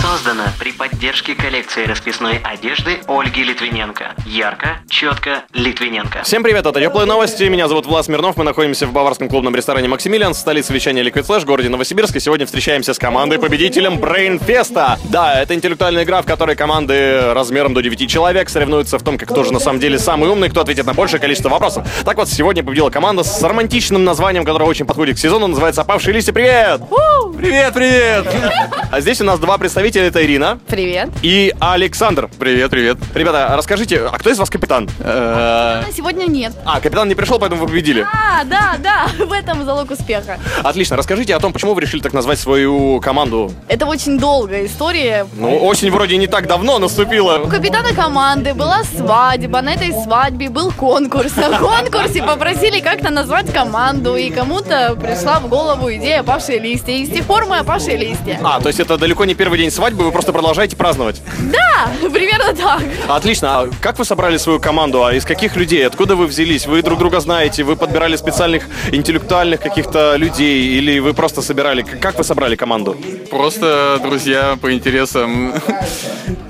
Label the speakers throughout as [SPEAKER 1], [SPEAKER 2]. [SPEAKER 1] Создано при поддержке коллекции расписной одежды Ольги Литвиненко. Ярко, четко, Литвиненко.
[SPEAKER 2] Всем привет, это Теплые новости. Меня зовут Влас Мирнов. Мы находимся в баварском клубном ресторане «Максимилиан» в столице вещания Liquid Flash, городе Новосибирск. И сегодня встречаемся с командой-победителем Брейнфеста. Да, это интеллектуальная игра, в которой команды размером до 9 человек соревнуются в том, как кто же на самом деле самый умный, кто ответит на большее количество вопросов. Так вот, сегодня победила команда с романтичным названием, которое очень подходит к сезону, называется «Опавшие листья». Привет! Привет, привет! А здесь у нас два представителя, это Ирина
[SPEAKER 3] Привет.
[SPEAKER 2] и Александр. Привет, привет. Э, Ребята, расскажите, а кто из вас капитан?
[SPEAKER 3] А сегодня нет.
[SPEAKER 2] А, капитан не пришел, поэтому вы победили.
[SPEAKER 3] А, да, да, в этом залог успеха.
[SPEAKER 2] Отлично, расскажите о том, почему вы решили так назвать свою команду.
[SPEAKER 3] Это очень долгая история.
[SPEAKER 2] Ну, осень вроде не так давно
[SPEAKER 3] У
[SPEAKER 2] наступила.
[SPEAKER 3] капитана команды была свадьба, на этой свадьбе был конкурс. На конкурсе попросили как-то назвать команду, и кому-то пришла в голову идея «Опавшие листья». И с тех пор мы «Опавшие листья».
[SPEAKER 2] А, то есть это далеко не первый день свадьбы, вы просто продолжаете праздновать.
[SPEAKER 3] Да, примерно так.
[SPEAKER 2] Отлично, а как вы собрали свою команду? А из каких людей? Откуда вы взялись? Вы друг друга знаете? Вы подбирали специальных интеллектуальных каких-то людей? Или вы просто собирали? К- Как вы собрали команду?
[SPEAKER 4] Просто друзья по интересам.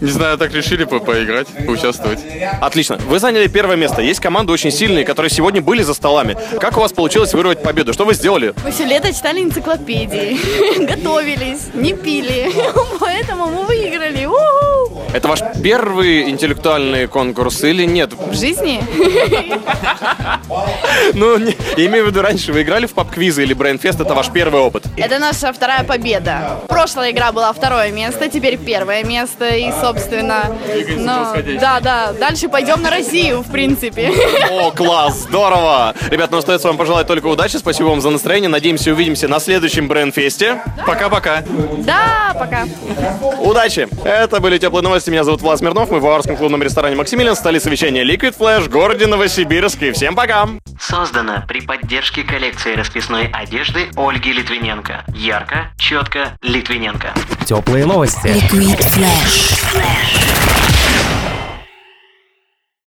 [SPEAKER 4] Не знаю, так решили по- поиграть, поучаствовать.
[SPEAKER 2] Отлично, вы заняли первое место. Есть команды очень сильные, которые сегодня были за столами. Как у вас получилось вырвать победу? Что вы сделали?
[SPEAKER 3] Мы все лето читали энциклопедии, готовились, не пили, поэтому мы выиграли. У-ху!
[SPEAKER 2] Это ваш первый интеллектуальный конкурс или нет?
[SPEAKER 3] В жизни?
[SPEAKER 2] Ну, не- я имею в виду, раньше вы играли в паб-квизы или брейнфест, это ваш первый опыт.
[SPEAKER 3] Это наша вторая победа. Прошлая игра была второе место, теперь первое место. И, собственно, ну,
[SPEAKER 4] восходящей.
[SPEAKER 3] да, да, дальше пойдем на Россию, в принципе.
[SPEAKER 2] О, класс, здорово! Ребят, ну остается вам пожелать только удачи, спасибо вам за настроение, надеемся, увидимся на следующем брейнфесте. Пока-пока!
[SPEAKER 3] Да, пока.
[SPEAKER 2] Удачи! Это были теплые новости, меня зовут Влас Мирнов, мы в Аварском клубном ресторане «Максимилиан», столица вещания Liquid Flash, в городе Новосибирск, и всем пока!
[SPEAKER 1] Создано при поддержке коллекции расписной одежды Ольги Литвиненко. Ярко, четко, Литвиненко.
[SPEAKER 5] Теплые новости.
[SPEAKER 6] Liquid Flash.